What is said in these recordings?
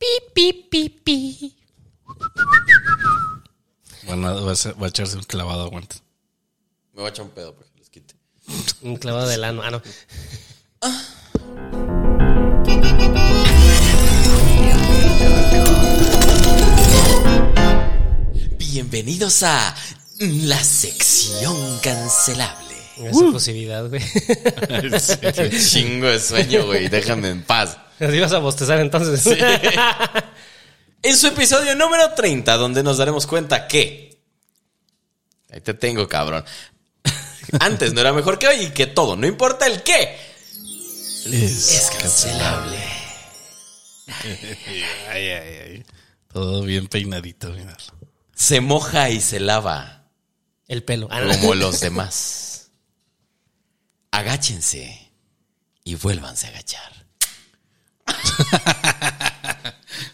Pi, pi, pi, pi. Bueno, va a, ser- va a echarse un clavado, aguanta. Me va a echar un pedo para que les quite. Un clavado de lano. Ah, no. Bienvenidos a la sección cancelable. Esa posibilidad, güey. Qué chingo de sueño, güey. Déjame en paz. Así vas a bostezar entonces. En su episodio número 30, donde nos daremos cuenta que. Ahí te tengo, cabrón. Antes no era mejor que hoy y que todo, no importa el qué. Es Cancelable. Ay, ay, ay. Todo bien peinadito, mira. Se moja y se lava, El pelo. Ah, no. como los demás. Agáchense y vuélvanse a agachar.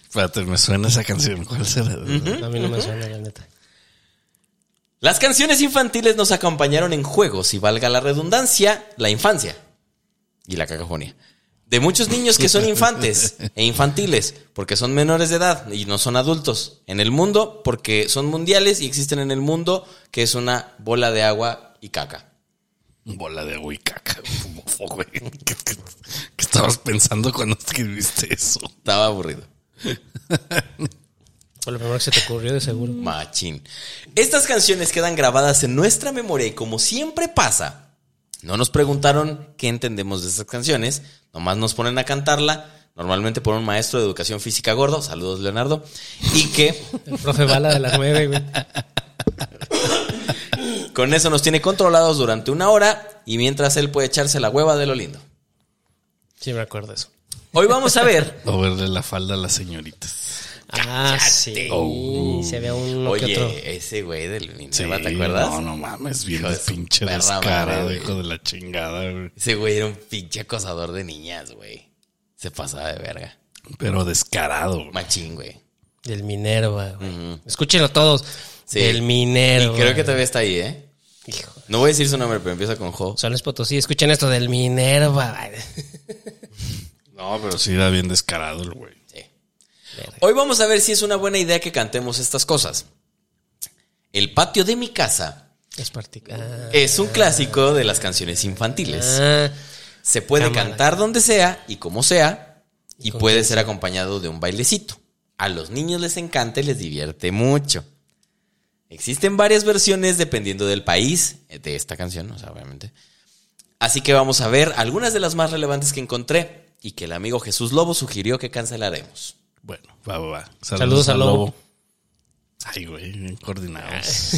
Espérate, me suena esa canción. ¿Cuál será? No, a mí no me suena, la neta. Las canciones infantiles nos acompañaron en juegos y valga la redundancia, la infancia y la cacafonía. De muchos niños que son infantes e infantiles porque son menores de edad y no son adultos. En el mundo porque son mundiales y existen en el mundo que es una bola de agua y caca. Bola de agua y caca. Como fue, güey. ¿Qué, qué- qué estabas pensando cuando escribiste eso? Estaba aburrido. Fue lo primero que se te ocurrió, de seguro. Machín. Estas canciones quedan grabadas en nuestra memoria y como siempre pasa, no nos preguntaron qué entendemos de estas canciones, nomás nos ponen a cantarla, normalmente por un maestro de educación física gordo, saludos Leonardo, y que El profe Bala de la 9, güey. con eso nos tiene controlados durante una hora y mientras él puede echarse la hueva de lo lindo. Sí, me acuerdo de eso. Hoy vamos a ver... O verle la falda a las señoritas. Ah, sí. Se ve uno que otro. Oh. Oye, ese güey del Minerva, ¿te Sí, acuerdas? No, no mames, bien Hijo de su pinche perra descarado, madre, hijo de la chingada, güey. Ese güey era un pinche acosador de niñas, güey. Se pasaba de verga. Pero descarado. güey. Machín, güey. Del Minerva, güey. Escúchenlo todos. Sí. Del Minerva. Y creo que todavía está ahí, ¿eh? Hijo. No voy a decir su nombre, pero empieza con Jo. Son los Potosí, escuchen esto del Minerva. No, pero sí era bien descarado el güey. Sí. Hoy vamos a ver si es una buena idea que cantemos estas cosas. El patio de mi casa Es particular. es un clásico de las canciones infantiles. Ah, Se puede cámara. cantar donde sea y como sea, y con puede ser acompañado de un bailecito. A los niños les encanta y les divierte mucho. Existen varias versiones dependiendo del país eh, de esta canción, o sea, obviamente. Así que vamos a ver algunas de las más relevantes que encontré y que el amigo Jesús Lobo sugirió que cancelaremos. Bueno, va, va, va. Saludos al lobo. Ay, güey, bien coordinados.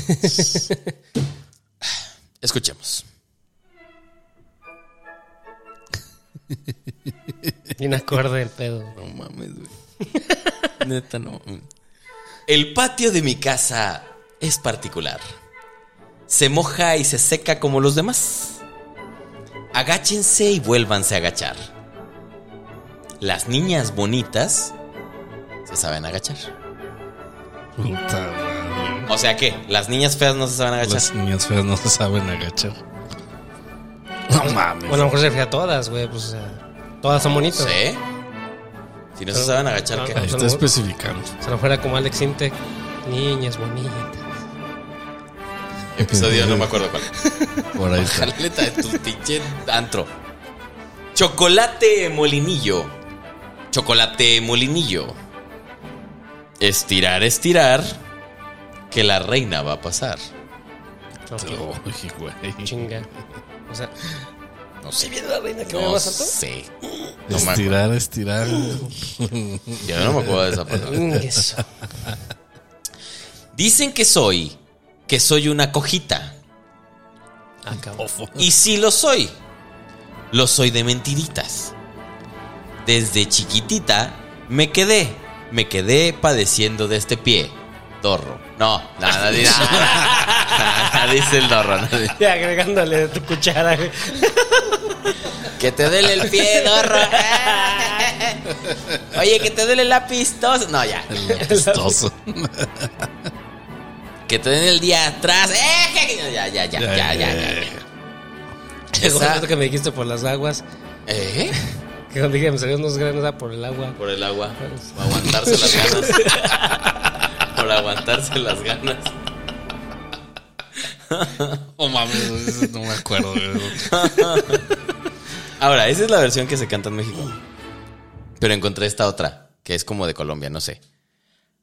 Escuchemos. bien acorde el pedo. No mames, güey. Neta, no. El patio de mi casa es particular. Se moja y se seca como los demás. Agáchense y vuélvanse a agachar. Las niñas bonitas se saben agachar. Puta madre. O sea que, las niñas feas no se saben agachar. Las niñas feas no se saben agachar. No mames. Bueno, a lo mejor se refiere a todas, güey. Pues, o sea, todas son bonitas. ¿Sí? Si no se Pero- saben agachar, ¿qué? Ahí está especificando. Se lo fuera como Alex Intec. Niñas bonitas. Episodio no me acuerdo cuál. Por ahí está. Caleta de tu pinche antro. Chocolate molinillo. Chocolate molinillo. Estirar, estirar. Que la reina va a pasar. Ok, Ay, güey. Chinga. O sea, No sé bien la reina que va a pasar todo? Sí. No me acuerdo. Estirar, estirar. Yo no me acuerdo de esa palabra. eso. Dicen que soy. Que soy una cojita. Acabó. Y sí lo soy. Lo soy de mentiritas. Desde chiquitita me quedé. Me quedé padeciendo de este pie. Dorro. No, nada, dice- nada, dice el dorro. no dice- Y agregándole tu cuchara, güey. que te duele el pie, dorro. Oye, que te duele el lápiz. dos- No, ya. Apestoso. Que te den el día atrás. Eh, que- Ya, ya, ya, ya, ¿Eh? ya, ya. ya. Llegó el Esa- rato que me dijiste por las aguas. ¿Eh? Que cuando dije, me salieron unos granos ah, por el agua. Por el agua. Por aguantarse las ganas. por aguantarse las ganas. Oh mames, güey, eso no me acuerdo. güey. Ahora, esa es la versión que se canta en México. Pero encontré esta otra, que es como de Colombia, no sé.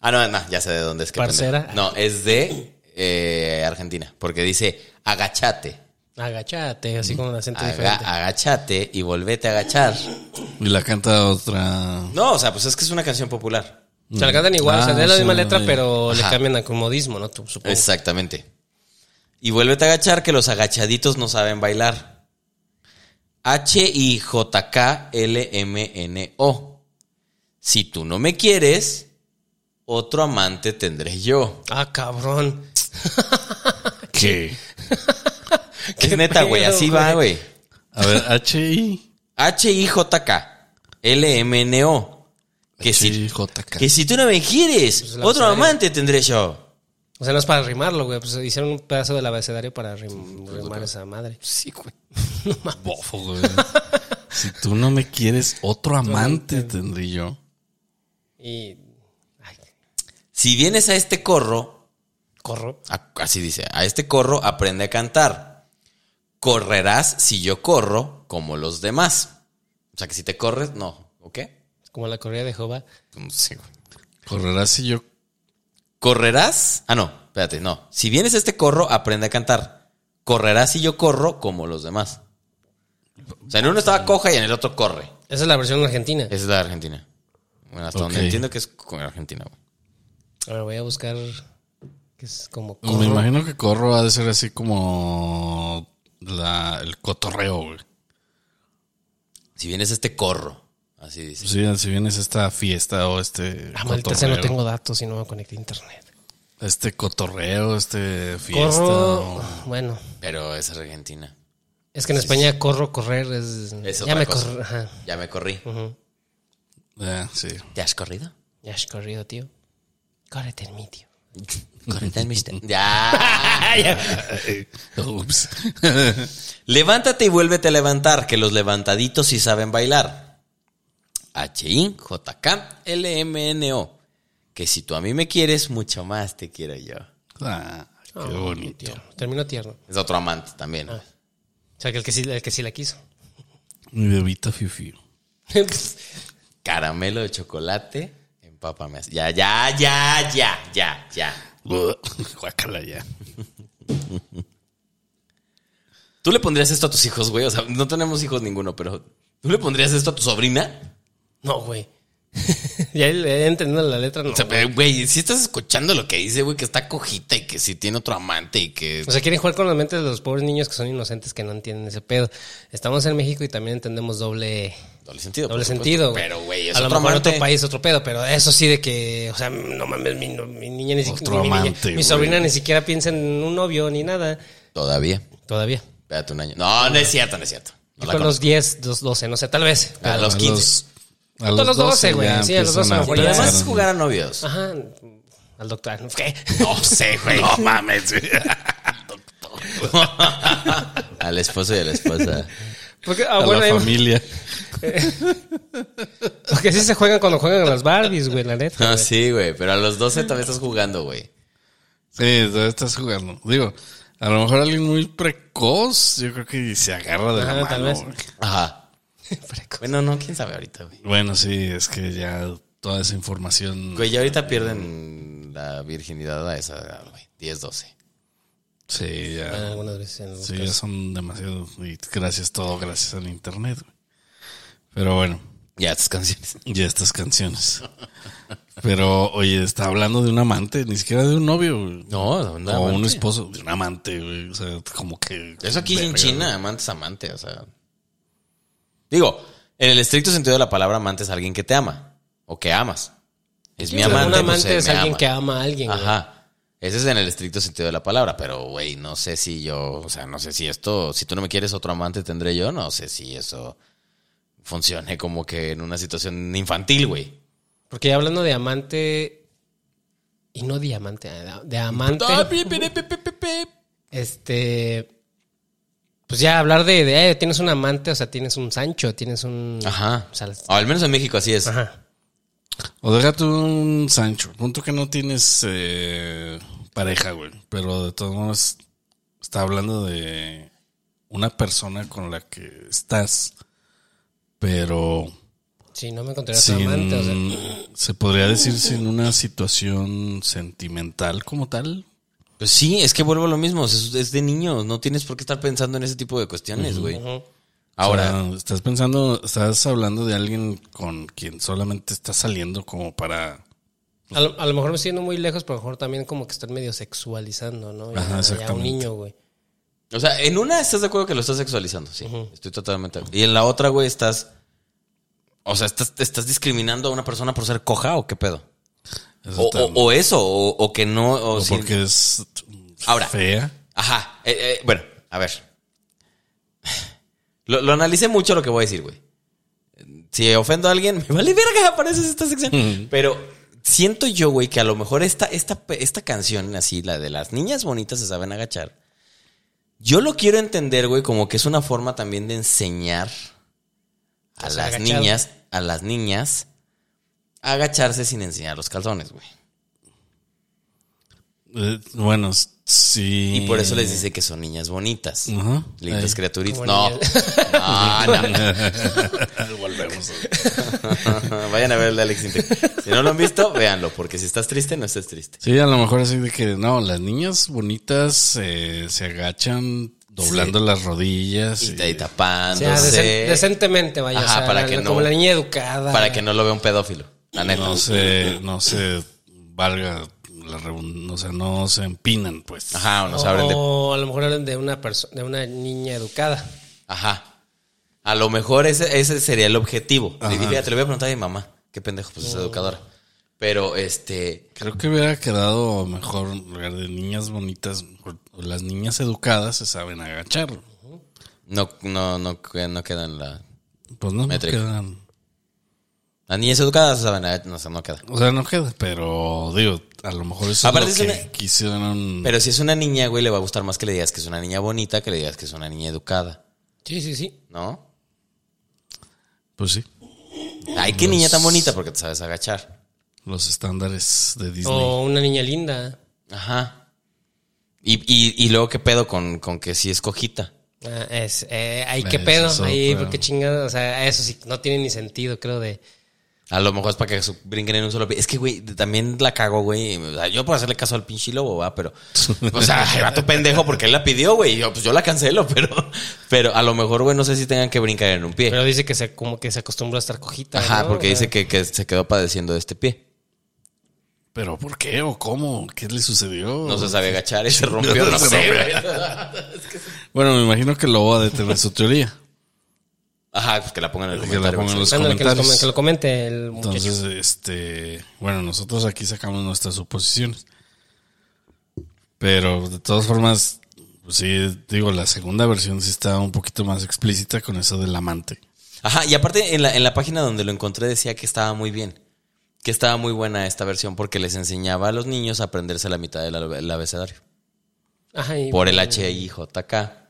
Ah, no, no, ya sé de dónde es que Parcera. No, es de eh, Argentina, porque dice agachate. Agachate, así con un acento Mm. Aga- ah. diferente. agachate y volvete a agachar. Y la canta otra. No, o sea, pues es que es una canción popular. Se la cantan igual, o sea, Ah, es la sí, misma letra, ya. pero le Ajá. cambian a comodismo, ¿no? Tú, supongo. Exactamente. Y vuélvete a agachar que los agachaditos no saben bailar. H-I-J-K-L-M-N-O. Si tú no me quieres, otro amante tendré yo. Ah, cabrón. ¿Qué? Es neta, pedo, güey, así va, güey. A ver, H-I. H-I-J-K-L-M-N-O. Que si, H-I-J-K. que si tú no me quieres, Pues la otro usaría. amante tendré yo. O sea, no es para rimarlo, güey. Pues hicieron un pedazo del abecedario para rim- pues, rimar esa madre. Sí, güey. Bofo, güey. Si tú no me quieres, otro amante tendré yo. Y. Ay, Si vienes a este corro, corro. A- Así dice, a este corro aprende a cantar. Correrás si yo corro como los demás. O sea que si te corres, no. ¿O qué? Como la corrida de Jehová. No sé, güey. Correrás si yo. Correrás. Ah, no, espérate, no. Si vienes a este corro, aprende a cantar. Correrás si yo corro como los demás. O sea, en uno estaba coja y en el otro corre. Esa es la versión argentina. Esa es la de Argentina. Bueno, hasta Ok. donde entiendo que es con Argentina, güey. Ahora voy a buscar. Que es como. Me corro. imagino que corro ha de ser así como. La, el cotorreo, güey. Si vienes a este corro. Así dice. Pues Sí, si vienes a esta fiesta o este. Ah, maldita sea, no tengo datos y no me conecté a internet. Este cotorreo, este fiesta. Corro. o- Bueno. Pero es Argentina. Es que en España corro, correr es. Es ya otra me cosa. corro. Ajá. Ya me corrí. Ujú. Eh, sí. ¿Te has corrido? Ya has corrido, tío. Córrete en mí, tío. Correte al mister. Ya. Ups. Levántate y vuélvete a levantar, que los levantaditos sí saben bailar. H-I-J-K-L-M-N-O. Que si tú a mí me quieres, mucho más te quiero yo. Ah, qué bonito. Termino tierno. O Es otro amante también. Ah. sea, que el que sí, el que sí la quiso. Mi bebita fifi. Caramelo de chocolate, empápame. así. Ya, ya, ya, ya, ya, ya. Guácala ya. ¿Tú le pondrías esto a tus hijos, güey? O sea, no tenemos hijos ninguno, pero ¿tú le pondrías esto a tu sobrina? no, güey. ya le- entendiendo la letra, no. O sea, pero, güey, si estás escuchando lo que dice, güey, que está cojita y que si tiene otro amante y que O sea, quieren jugar con las mentes de los pobres niños que son inocentes que no entienden ese pedo. Estamos en México y también entendemos doble, Doble sentido. por doble supuesto. sentido. güey. Pero, güey, es a lo otro mejor en amante. otro país otro pedo, pero eso sí de que, o sea, no mames, mi, no- mi niña ni siquiera, Otro mi, niña- amante, mi güey. sobrina ni siquiera piensa en un novio ni nada Todavía. todavía. Espérate un año. No, no es cierto, no es cierto. No Yo la con conozco. los 10, los 12, no sé, tal vez. A los 15. A los 12, güey, ya sí, a los empiezan 12 a lo mejor ya. Pero además pensar en- jugar a novios. Ajá, al doctor, ¿no? ¿qué? No sé, güey. No mames. güey. Al esposo y a la esposa. Porque, ah, A bueno, la ahí- familia. porque sí se juegan cuando juegan a las Barbies, güey, la neta. No, güey. sí, güey. Pero a los 12 todavía estás jugando, güey. Sí, todavía estás jugando. Digo, a lo mejor alguien muy precoz, yo creo que se agarra de la Ajá, mano. tal vez. güey. Ajá. Precoz. Bueno, no, quién sabe ahorita, güey. Bueno, sí, es que ya toda esa información. Güey, ya ahorita pierden la virginidad a esa edad, güey. 10, 12. Sí, ya. Ah, algunas veces en los Sí, ya son demasiado. Y gracias, todo gracias al internet, güey. Pero bueno, Ya, tus canciones. ya estas canciones. Pero, oye, está hablando de un amante, ni siquiera de un novio, güey. No, no, o un esposo, de un amante, güey. O sea, como que. Eso aquí en Verga, China, amante es amante, o sea. Digo, en el estricto sentido de la palabra amante es alguien que te ama o que amas. Es mi O sea, amante. un amante pues, eh, es me alguien ama. que ama a alguien. güey. Ajá. Ese es en el estricto sentido de la palabra, pero güey, no sé si yo, o sea, no sé si esto, si tú no me quieres otro amante tendré yo, no sé si eso funcione como que en una situación infantil, güey. Porque ya hablando de amante y no diamante, ah, de amante, este Pues ya hablar de, de, eh, tienes un amante, o sea, tienes un Sancho, tienes un. Ajá. O sea, O al menos en México así es. ajá. O déjate un Sancho. Punto que no tienes eh, pareja, güey. Pero de todos modos, está hablando de una persona con la que estás. Pero Sí, no me encontré a tu sin, amante, o sea. se podría decir sin una situación sentimental como tal. Pues sí, es que vuelvo a lo mismo. Es, es de niños. No tienes por qué estar pensando en ese tipo de cuestiones, güey. Ujú. Ahora, O sea, estás pensando, estás hablando de alguien con quien solamente estás saliendo como para Pues A lo, a lo mejor me estoy yendo muy lejos, pero a lo mejor también como que están medio sexualizando, ¿no? Ya, Ajá, ya un exactamente. niño, güey. o sea, en una estás de acuerdo que lo estás sexualizando, sí. Estoy totalmente. Y en la otra, güey, estás. O sea, estás, te estás discriminando a una persona por ser coja o qué pedo. O, o- o eso, o, o que no. O o si- porque es Ahora. fea. Ajá. eh, eh, bueno, a ver. Lo, lo analicé mucho lo que voy a decir, güey. Si ofendo a alguien, me vale verga, parece esta sección. Pero siento yo, güey, que a lo mejor esta, esta, esta canción, así, la de las niñas bonitas se saben agachar. Yo lo quiero entender, güey, como que es una forma también de enseñar a O sea, las agachado. niñas, a las niñas, a agacharse sin enseñar los calzones, güey. Eh, bueno, s- sí. Y por eso les dice que son niñas bonitas. Eh. Ajá. Lindas Ahí. criaturitas. Como No. no, no. Volvemos. Vayan a ver el de Alex Intec. Si no lo han visto, véanlo, porque si estás triste, no estás triste. Sí, a lo mejor así de que no, las niñas bonitas eh, se agachan doblando las rodillas. Y y- te ahí O sea, tapándose. decen- decentemente, vaya. eh, Ajá, o sea, para la- que la- no- Como la niña educada. para que no lo vea un pedófilo. La neta. no se, no se valga la reun- o sea, no se empinan, pues. Ajá, o no se abren de. O a lo mejor hablan de una perso- de una niña educada. Ajá. A lo mejor ese, ese sería el objetivo. Ajá. Y fíjate, te lo voy a preguntar a mi mamá. Qué pendejo, pues es educadora. Pero este. Creo que hubiera quedado mejor en lugar de niñas bonitas, o las niñas educadas se saben agachar. No, no, no, no quedan la. Pues no, no Métrica. quedan. Las niñas educadas saben, eh, no, o sea, no queda. O sea, no queda, pero digo, a lo mejor eso Aparte es es lo que una- quisieron. Pero si es una niña, güey, le va a gustar más que le digas que es una niña bonita que le digas que es una niña educada, Sí, sí, sí. ¿no? Pues sí, Ay, qué niña tan bonita porque te sabes agachar. los estándares de Disney. O una niña linda. Ajá. Y, y, y luego qué pedo con, con que si es cojita. Ah, es, eh, ahí qué Eso pedo, es ahí otra. porque chingada, o sea, eso sí, no tiene ni sentido, creo, de... A lo mejor es para que su- brinquen en un solo pie. Es que, güey, también la cago, güey. O sea, yo por hacerle caso al pinche lobo, va, pero. O sea, ahí va tu pendejo porque él la pidió, güey. Y Yo, pues yo la cancelo, pero. Pero a lo mejor, güey, no sé si tengan que brincar en un pie. Pero dice que se como que se acostumbró a estar cojita. Eh, Ajá, ¿no? porque O sea, dice que, que se quedó padeciendo de este pie. ¿Pero por qué o cómo? ¿Qué le sucedió? No se sabe agachar y se rompió. No Se sé, rompió. güey. Bueno, me imagino que lo va a detener su teoría. Ajá, pues que la pongan en el Que la comentario. pongan en güey. los ándale, que, nos comentarios. comen- que lo comente el muchacho. Entonces, este, bueno, nosotros aquí sacamos nuestras suposiciones. Pero de todas formas, pues sí, digo, la segunda versión sí está un poquito más explícita con eso del amante. Ajá, y aparte en la, en la página donde lo encontré decía que estaba muy bien, que estaba muy buena esta versión porque les enseñaba a los niños a aprenderse la mitad del al- el abecedario. Ajá, y- Por el H I J K.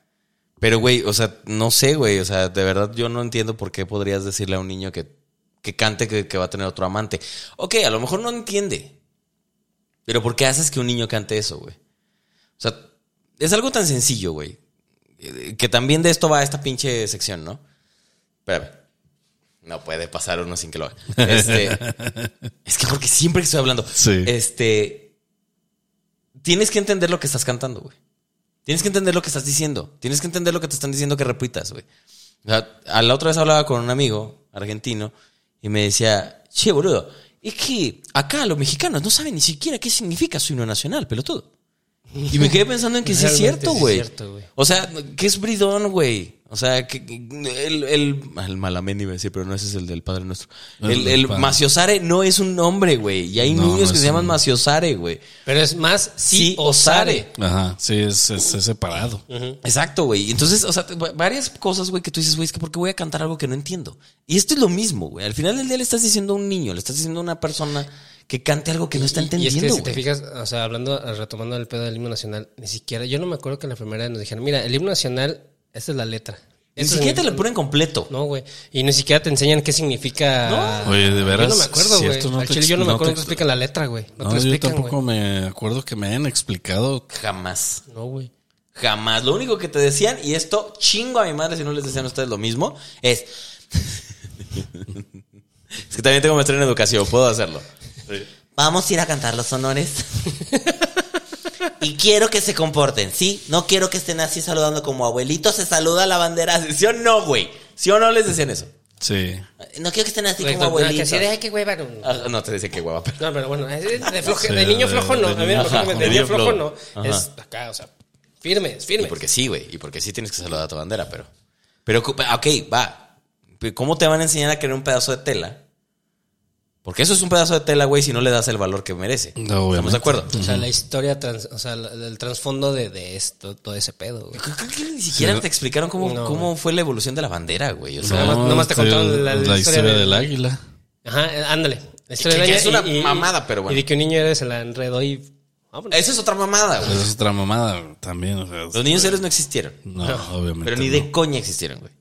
Pero, güey, o sea, no sé, güey, o sea, de verdad yo no entiendo por qué podrías decirle a un niño que, que cante que, que va a tener otro amante. Ok, a lo mejor no entiende. Pero ¿por qué haces que un niño cante eso, güey? O sea, es algo tan sencillo, güey. eh, Que también de esto va esta pinche sección, ¿no? Espérame. No puede pasar uno sin que lo haga. Este, es que porque siempre que estoy hablando. Sí. Este. Tienes que entender lo que estás cantando, güey. Tienes que entender lo que estás diciendo. Tienes que entender lo que te están diciendo que repitas, güey. O sea, a la otra vez hablaba con un amigo argentino y me decía, che, boludo, es que acá los mexicanos no saben ni siquiera qué significa su himno nacional, pelotudo. Y me quedé pensando en que sí es Realmente cierto, sí es güey. cierto, güey. O sea, que es bridón, güey. O sea, que que el, el, el malamén iba a decir, pero no ese es el del Padre Nuestro. El El, del el Padre. maciosare no es un nombre, güey. Y hay No, niños no que es se llaman un- maciosare, güey. Pero es más si Sí, osare. osare. Ajá, sí, es, es- es separado. Exacto, güey. Entonces, o sea, te- va- varias cosas, güey, que tú dices, güey, es que ¿por qué voy a cantar algo que no entiendo? Y esto es lo mismo, güey. Al final del día le estás diciendo a un niño, le estás diciendo a una persona que cante algo que no está Y es entendiendo, que si güey. te fijas, o sea, hablando, retomando el pedo del himno nacional, ni siquiera, yo no me acuerdo que en la primera nos dijeron, mira, el himno nacional Esa es la letra. Ni Eso siquiera te significa- lo ponen completo. No, güey. Y ni siquiera te enseñan qué significa. No. Oye, de veras, Yo no me acuerdo, si güey. esto no Al te chile yo no ex- me no acuerdo te que ex- explican la letra, güey. No, No, te yo explican, tampoco güey. me acuerdo que me hayan explicado. Jamás. No, güey. Jamás. Lo único que te decían, y esto chingo a mi madre si no les decían a ustedes lo mismo, es. es que también tengo maestría en educación, puedo hacerlo. Vamos a ir a cantar los honores. y quiero que se comporten, ¿sí? No quiero que estén así saludando como abuelito se saluda la bandera. ¿Sí o no, güey? ¿Sí o no les decían eso? Sí. No quiero que estén así Güey, como no, que abuelitos. así de, ay, qué güey, varón. Ah, No, te decía que hueva, pero. No, pero bueno, es de, floje- Sí, de niño de- flojo no. de A mí niño me acuerdo que flojo. de niño flojo no. Ajá. Es acá, o sea, firmes, Pues. firmes. Y porque sí, güey. Y porque sí tienes que saludar a tu bandera, pero. Pero, cu- ok, va. Pero ¿Cómo te van a enseñar a crear un pedazo de tela? Porque eso es un pedazo de tela, güey, si no le das el valor que merece. No, ¿Estamos de obviamente. acuerdo? O sea, la historia, trans- o sea, la- el trasfondo de, de esto, todo ese pedo, güey. Creo que ni siquiera Sí. te explicaron cómo, No, cómo fue la evolución de la bandera, güey. O sea, nada más- nada más te este, contaron la- la historia historia de- del águila. Ajá, eh, ándale. La que del ya año es una mamada, pero bueno. Y de que un niño era, se la enredó y. vámonos. esa es otra mamada, Esa güey. es otra mamada güey, también. o sea, Los niños héroes no existieron. No, obviamente. Pero ni de coña existieron, güey.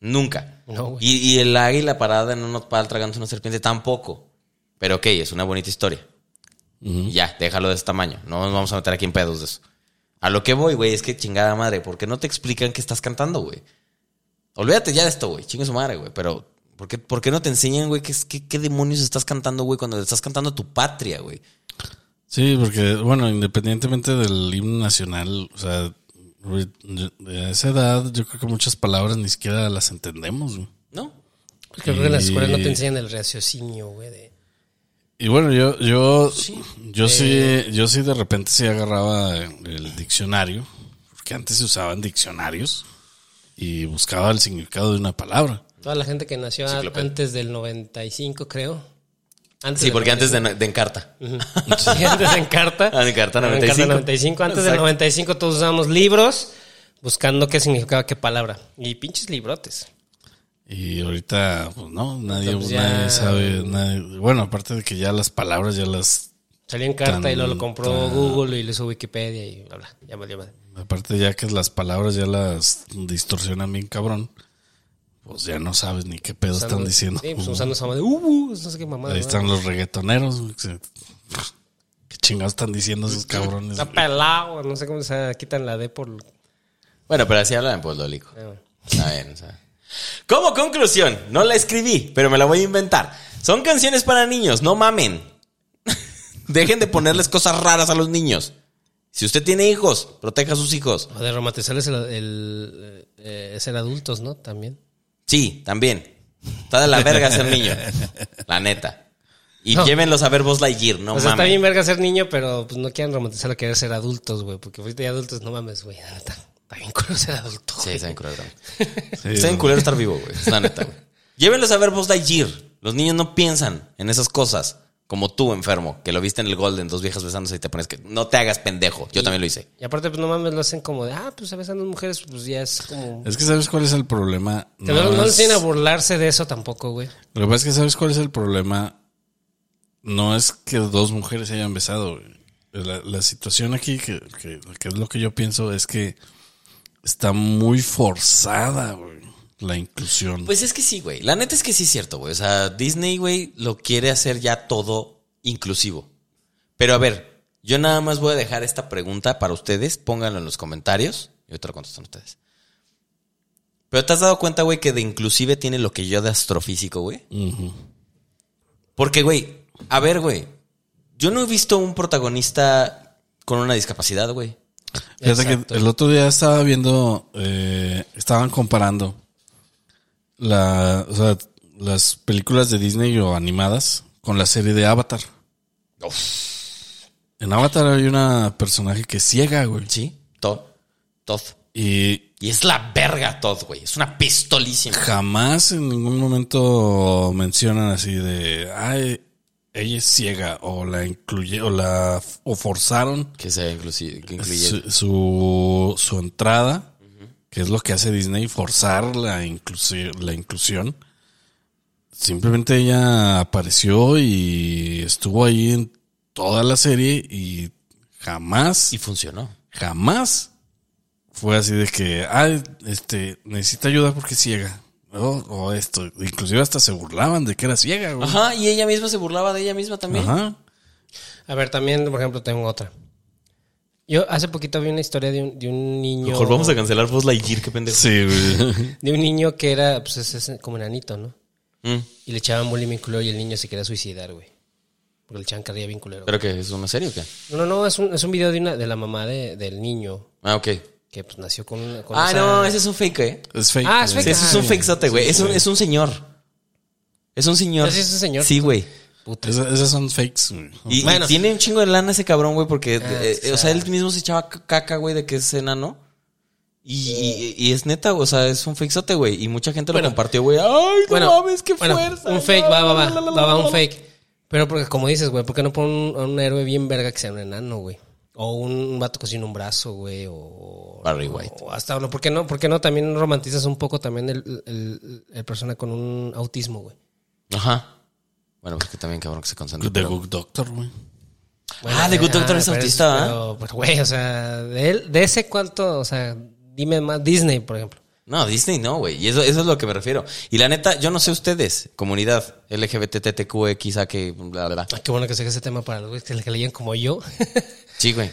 Nunca. No, güey. y, y el águila parada en un nopal tragando una serpiente tampoco. Pero ok, es una bonita historia. Ujú. Y Ya, déjalo de ese tamaño. No nos vamos a meter aquí en pedos de eso. A lo que voy, güey, es que chingada madre, ¿por qué no te explican qué estás cantando, güey? Olvídate ya de esto, güey. Chingue su madre, güey. Pero, ¿por qué, por qué no te enseñan, güey, qué, es- qué- qué demonios estás cantando, güey, cuando estás cantando tu patria, güey? Sí, porque, bueno, independientemente del himno nacional, o sea, güey, a esa edad yo creo que muchas palabras ni siquiera las entendemos. güey. ¿No? Porque creo que en las Y- escuelas no te enseñan el raciocinio, güey. de- Y bueno, yo, yo, yo Eh. sí, yo sí de repente sí agarraba el diccionario, porque antes se usaban diccionarios y buscaba el significado de una palabra. Toda la gente que nació a- Enciclopedia. antes del 95, creo. Antes Sí, del porque antes 95. de, de Encarta. Sí, antes de Encarta. Ah, de Encarta, 95. 95. Antes del Exacto. 95 todos usábamos libros buscando qué significaba qué palabra. Y pinches librotes. Y ahorita, pues no, nadie, Entonces ya- nadie sabe, nadie- bueno, aparte de que ya las palabras ya las Salió Encarta Tan- y luego lo compró tan- Google y lo hizo Wikipedia y bla, bla. Ya valió madre. Aparte ya que las palabras ya las distorsionan bien cabrón, pues ya no sabes ni qué pedo están Usando- diciendo. Sí, pues usando esa madre. Uh, uh, no sé qué mamada. Ahí ¿no? están los reggaetoneros. güey, que se- ¿Qué chingados están diciendo esos cabrones? Está pelado. No sé cómo se quitan la D por. Bueno, pero así hablan en Pueblo Lico. Ah, Está bien, o sea. Como conclusión, no la escribí, pero me la voy a inventar. Son canciones para niños, no mamen. Dejen de ponerles cosas raras a los niños. Si usted tiene hijos, proteja a sus hijos. O de romantizar el, el, eh, ser adultos, ¿no? También. Sí, también. Está de la verga ser niño. La neta. Y No. llévenlos a ver Buzz Lightyear, no o sea, está mamen. bien verga ser niño, pero pues no quieran romantizar lo que es ser adultos, güey. Porque fuiste de adultos, no mames, güey. la neta. Está bien culo ser adulto. Sí, güey. está bien culero. güey. Sí, Está bien no. culero estar vivo, güey. Es La neta, güey. Llévenlos a ver Buzz Lightyear. Los niños no piensan en esas cosas. Como tú, enfermo, que lo viste en el Golden, dos viejas besándose y te pones que no te hagas pendejo. Yo también lo hice. Y aparte, pues no mames, lo hacen como de, ah, pues a veces andan mujeres, pues ya es como. Es que sabes cuál es el problema. Que no, no es- les tienen a burlarse de eso tampoco, güey. Lo que pasa es que sabes cuál es el problema. No es que dos mujeres se hayan besado. güey. La, la situación aquí, que, que- que es lo que yo pienso, es que está muy forzada güey, la inclusión. Pues es que sí, güey. La neta es que sí es cierto, güey. O sea, Disney, güey, lo quiere hacer ya todo inclusivo. Pero a ver, yo nada más voy a dejar esta pregunta para ustedes. Pónganlo en los comentarios. Y otra contestan ustedes. Pero te has dado cuenta, güey, que de inclusive tiene lo que yo de astrofísico, güey. Ujú. Porque, güey, a ver, güey. Yo no he visto un protagonista con una discapacidad, güey. Fíjate Exacto. que el otro día estaba viendo, eh, estaban comparando la, o sea, las películas de Disney o animadas con la serie de Avatar. En Avatar hay una personaje que es ciega, güey. Sí, Todd. Todd. Y Y es la verga, Todd, güey. Es una pistolísima. jamás en ningún momento mencionan así de, ay, ella es ciega o la incluye o la o forzaron Que sea inclusive. Que incluye- su, su, su entrada, que es lo que hace Disney, forzar la, inclusi- la inclusión. Simplemente ella apareció y estuvo ahí en toda la serie y jamás, Y funcionó. jamás fue así de que, ay, este, necesita ayuda porque es ciega. ¿no? O esto, inclusive hasta se burlaban de que era ciega, güey. Ajá, y ella misma se burlaba de ella misma también. Ajá. A ver, también, por ejemplo, tengo otra. Yo hace poquito vi una historia de un, de un niño. Mejor vamos a cancelar Buzz Lightyear, qué pendejo. Sí, güey. De un niño que era, pues, es, es como enanito, ¿no? Mm. Y le echaban bullying bien culero y el niño se quería suicidar, güey. Porque le echaban carrilla bien culero. ¿Pero qué? ¿Es una serie o qué? No, no, no, es un, es un video de, una, de la mamá de- del niño Ah, ok. que pues nació con una. con Ah, esa- no, ese es un fake, ¿eh? Es fake. Ah, es güey. fake. Sí, ese es un fakezote, güey. Es un, es un señor. Es un señor. ¿Ese es un señor? Sí, güey. Puta. Esa- esas son fakes, güey. Y, y Bueno. tiene un chingo de lana ese cabrón, güey, porque, Ah, eh, o sea, él mismo se echaba c- caca, güey, de que es enano. Y, y- y es neta, o sea, es un fakezote, güey. Y mucha gente Bueno. lo compartió, güey. ¡Ay, no mames, qué bueno, fuerza! Un fake, va, va, va. La, la, la, Va, va, la, la, un la. fake. Pero porque, como dices, güey, ¿por qué no ponen un, a un héroe bien verga que sea un enano, güey? O un vato que sin un brazo, güey, o... Barry White. o hasta, no, ¿por qué no? ¿Por qué no también romantizas un poco también el, el- el persona con un autismo, güey? Ajá. Bueno, pues que también cabrón que se concentra. The Good Doctor, güey. Ah, The Good Doctor es pero autista, ¿ah? pero, pues, güey, o sea, de, él- de ese cuánto, o sea, dime más Disney, por ejemplo. No, Disney no, güey. Y eso, eso es lo que me refiero. Y la neta, yo no sé ustedes, comunidad LGBTTQX, a que la verdad. Ay, Ah, qué bueno que se ese tema para los güeyes que, le- que leían como yo. Sí, güey.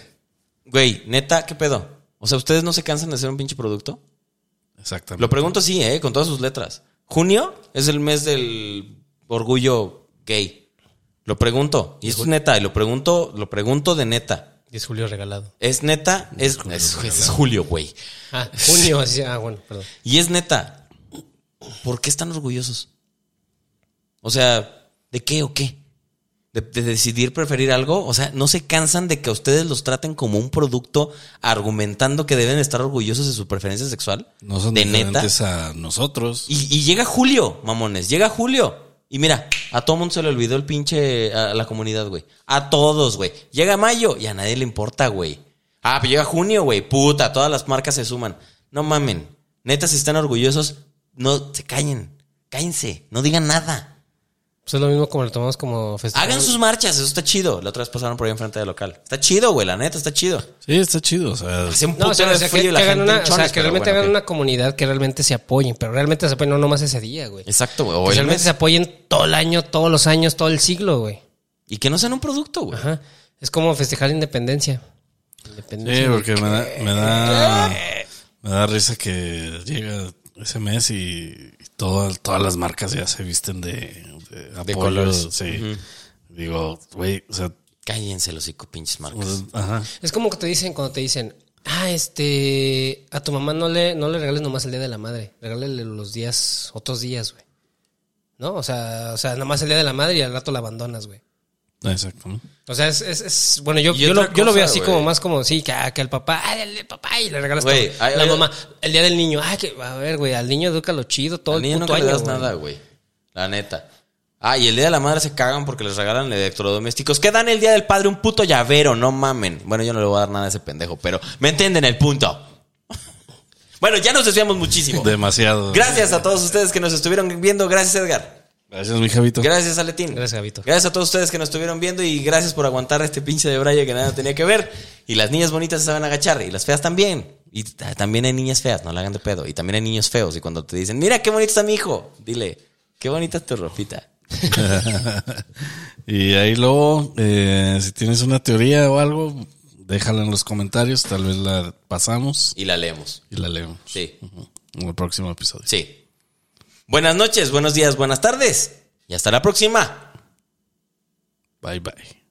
Güey, neta, ¿qué pedo? O sea, ¿ustedes no se cansan de hacer un pinche producto? Exactamente. Lo pregunto sí, ¿eh? Con todas sus letras. Junio es el mes del orgullo gay. Lo pregunto. Y esto es neta. Y lo pregunto, lo pregunto de neta. y es Julio regalado. ¿Es neta? Es, es- es julio, güey. Ah, junio, así, ah, bueno, perdón. Y es neta. ¿Por qué están orgullosos? O sea, ¿de qué o qué? ¿De, de decidir preferir algo? O sea, ¿no se cansan de que a ustedes los traten como un producto argumentando que deben estar orgullosos de su preferencia sexual? No son de neta. diferentes a nosotros. Y, y llega Julio, mamones, llega Julio. Y mira, a todo mundo se le olvidó el pinche a la comunidad, güey. A todos, güey. Llega mayo y a nadie le importa, güey. Ah, pero llega junio, güey. Puta, todas las marcas se suman. No mamen. Neta, si están orgullosos, no se callen. Cállense. No digan nada. Pues es lo mismo como lo tomamos como festival. Hagan sus marchas. Eso está chido. La otra vez pasaron por ahí enfrente del local. Está chido, güey. La neta, está chido. Sí, está chido. O sea, Hace un No, putero o sea, o sea, de frío que, y la que hagan gente una- en o sea, chones, que pero realmente bueno, hagan ok. una comunidad que realmente se apoyen, pero realmente se apoyen no nomás ese día, güey. Exacto, güey. Que O el realmente mes. se apoyen todo el año, todos los años, todo el siglo, güey. Y que no sean un producto, güey. Ajá. Es como festejar la independencia. Independencia. sí, porque me da, me da, me da risa que llega ese mes y, y todo- todas las marcas ya se visten de, de apoyo. colores. Sí. Digo, güey, o sea, Cállense los cinco pinches marcas. pues, ajá. Es como que te dicen cuando te dicen, ah, este, a tu mamá no le, no le regales nomás el día de la madre, regálale los días, otros días, güey. ¿No? O sea, o sea, nomás el día de la madre y al rato la abandonas, güey. Exacto. ¿no? O sea, es, es, es- bueno, yo, Y yo, otra lo, yo lo veo cosa, así como güey. más como, sí, que, ah, que al papá, ah, dale papá y le regalas Güey, todo. hay- la hay- mamá, el día del niño, ah, que, a ver, güey, al niño educa lo chido todo Al niño el no puto le año, das güey. nada, güey. La neta. Ah, y el día de la madre se cagan porque les regalan electrodomésticos. ¿Qué dan el día del padre? Un puto llavero, no mamen. Bueno, yo no le voy a dar nada a ese pendejo, pero me entienden el punto. bueno, ya nos desviamos muchísimo. Demasiado. Gracias a todos ustedes que nos estuvieron viendo. Gracias, Edgar. Gracias, mi Javito. Gracias, Aletín. Gracias, Gabito. Gracias a todos ustedes que nos estuvieron viendo y gracias por aguantar este pinche de Braya que nada tenía que ver. Y las niñas bonitas se saben agachar y las feas también. Y t- también hay niñas feas, no la hagan de pedo. Y también hay niños feos. Y cuando te dicen, mira qué bonito está mi hijo, dile, qué bonita es tu ropita. y ahí luego, eh, si tienes una teoría o algo, déjala en los comentarios. Tal vez la pasamos Y la leemos. y la leemos. Sí, Ujú. En el Um próximo episodio. sí. Buenas noches, buenos días, buenas tardes. Y hasta la próxima. Bye, bye.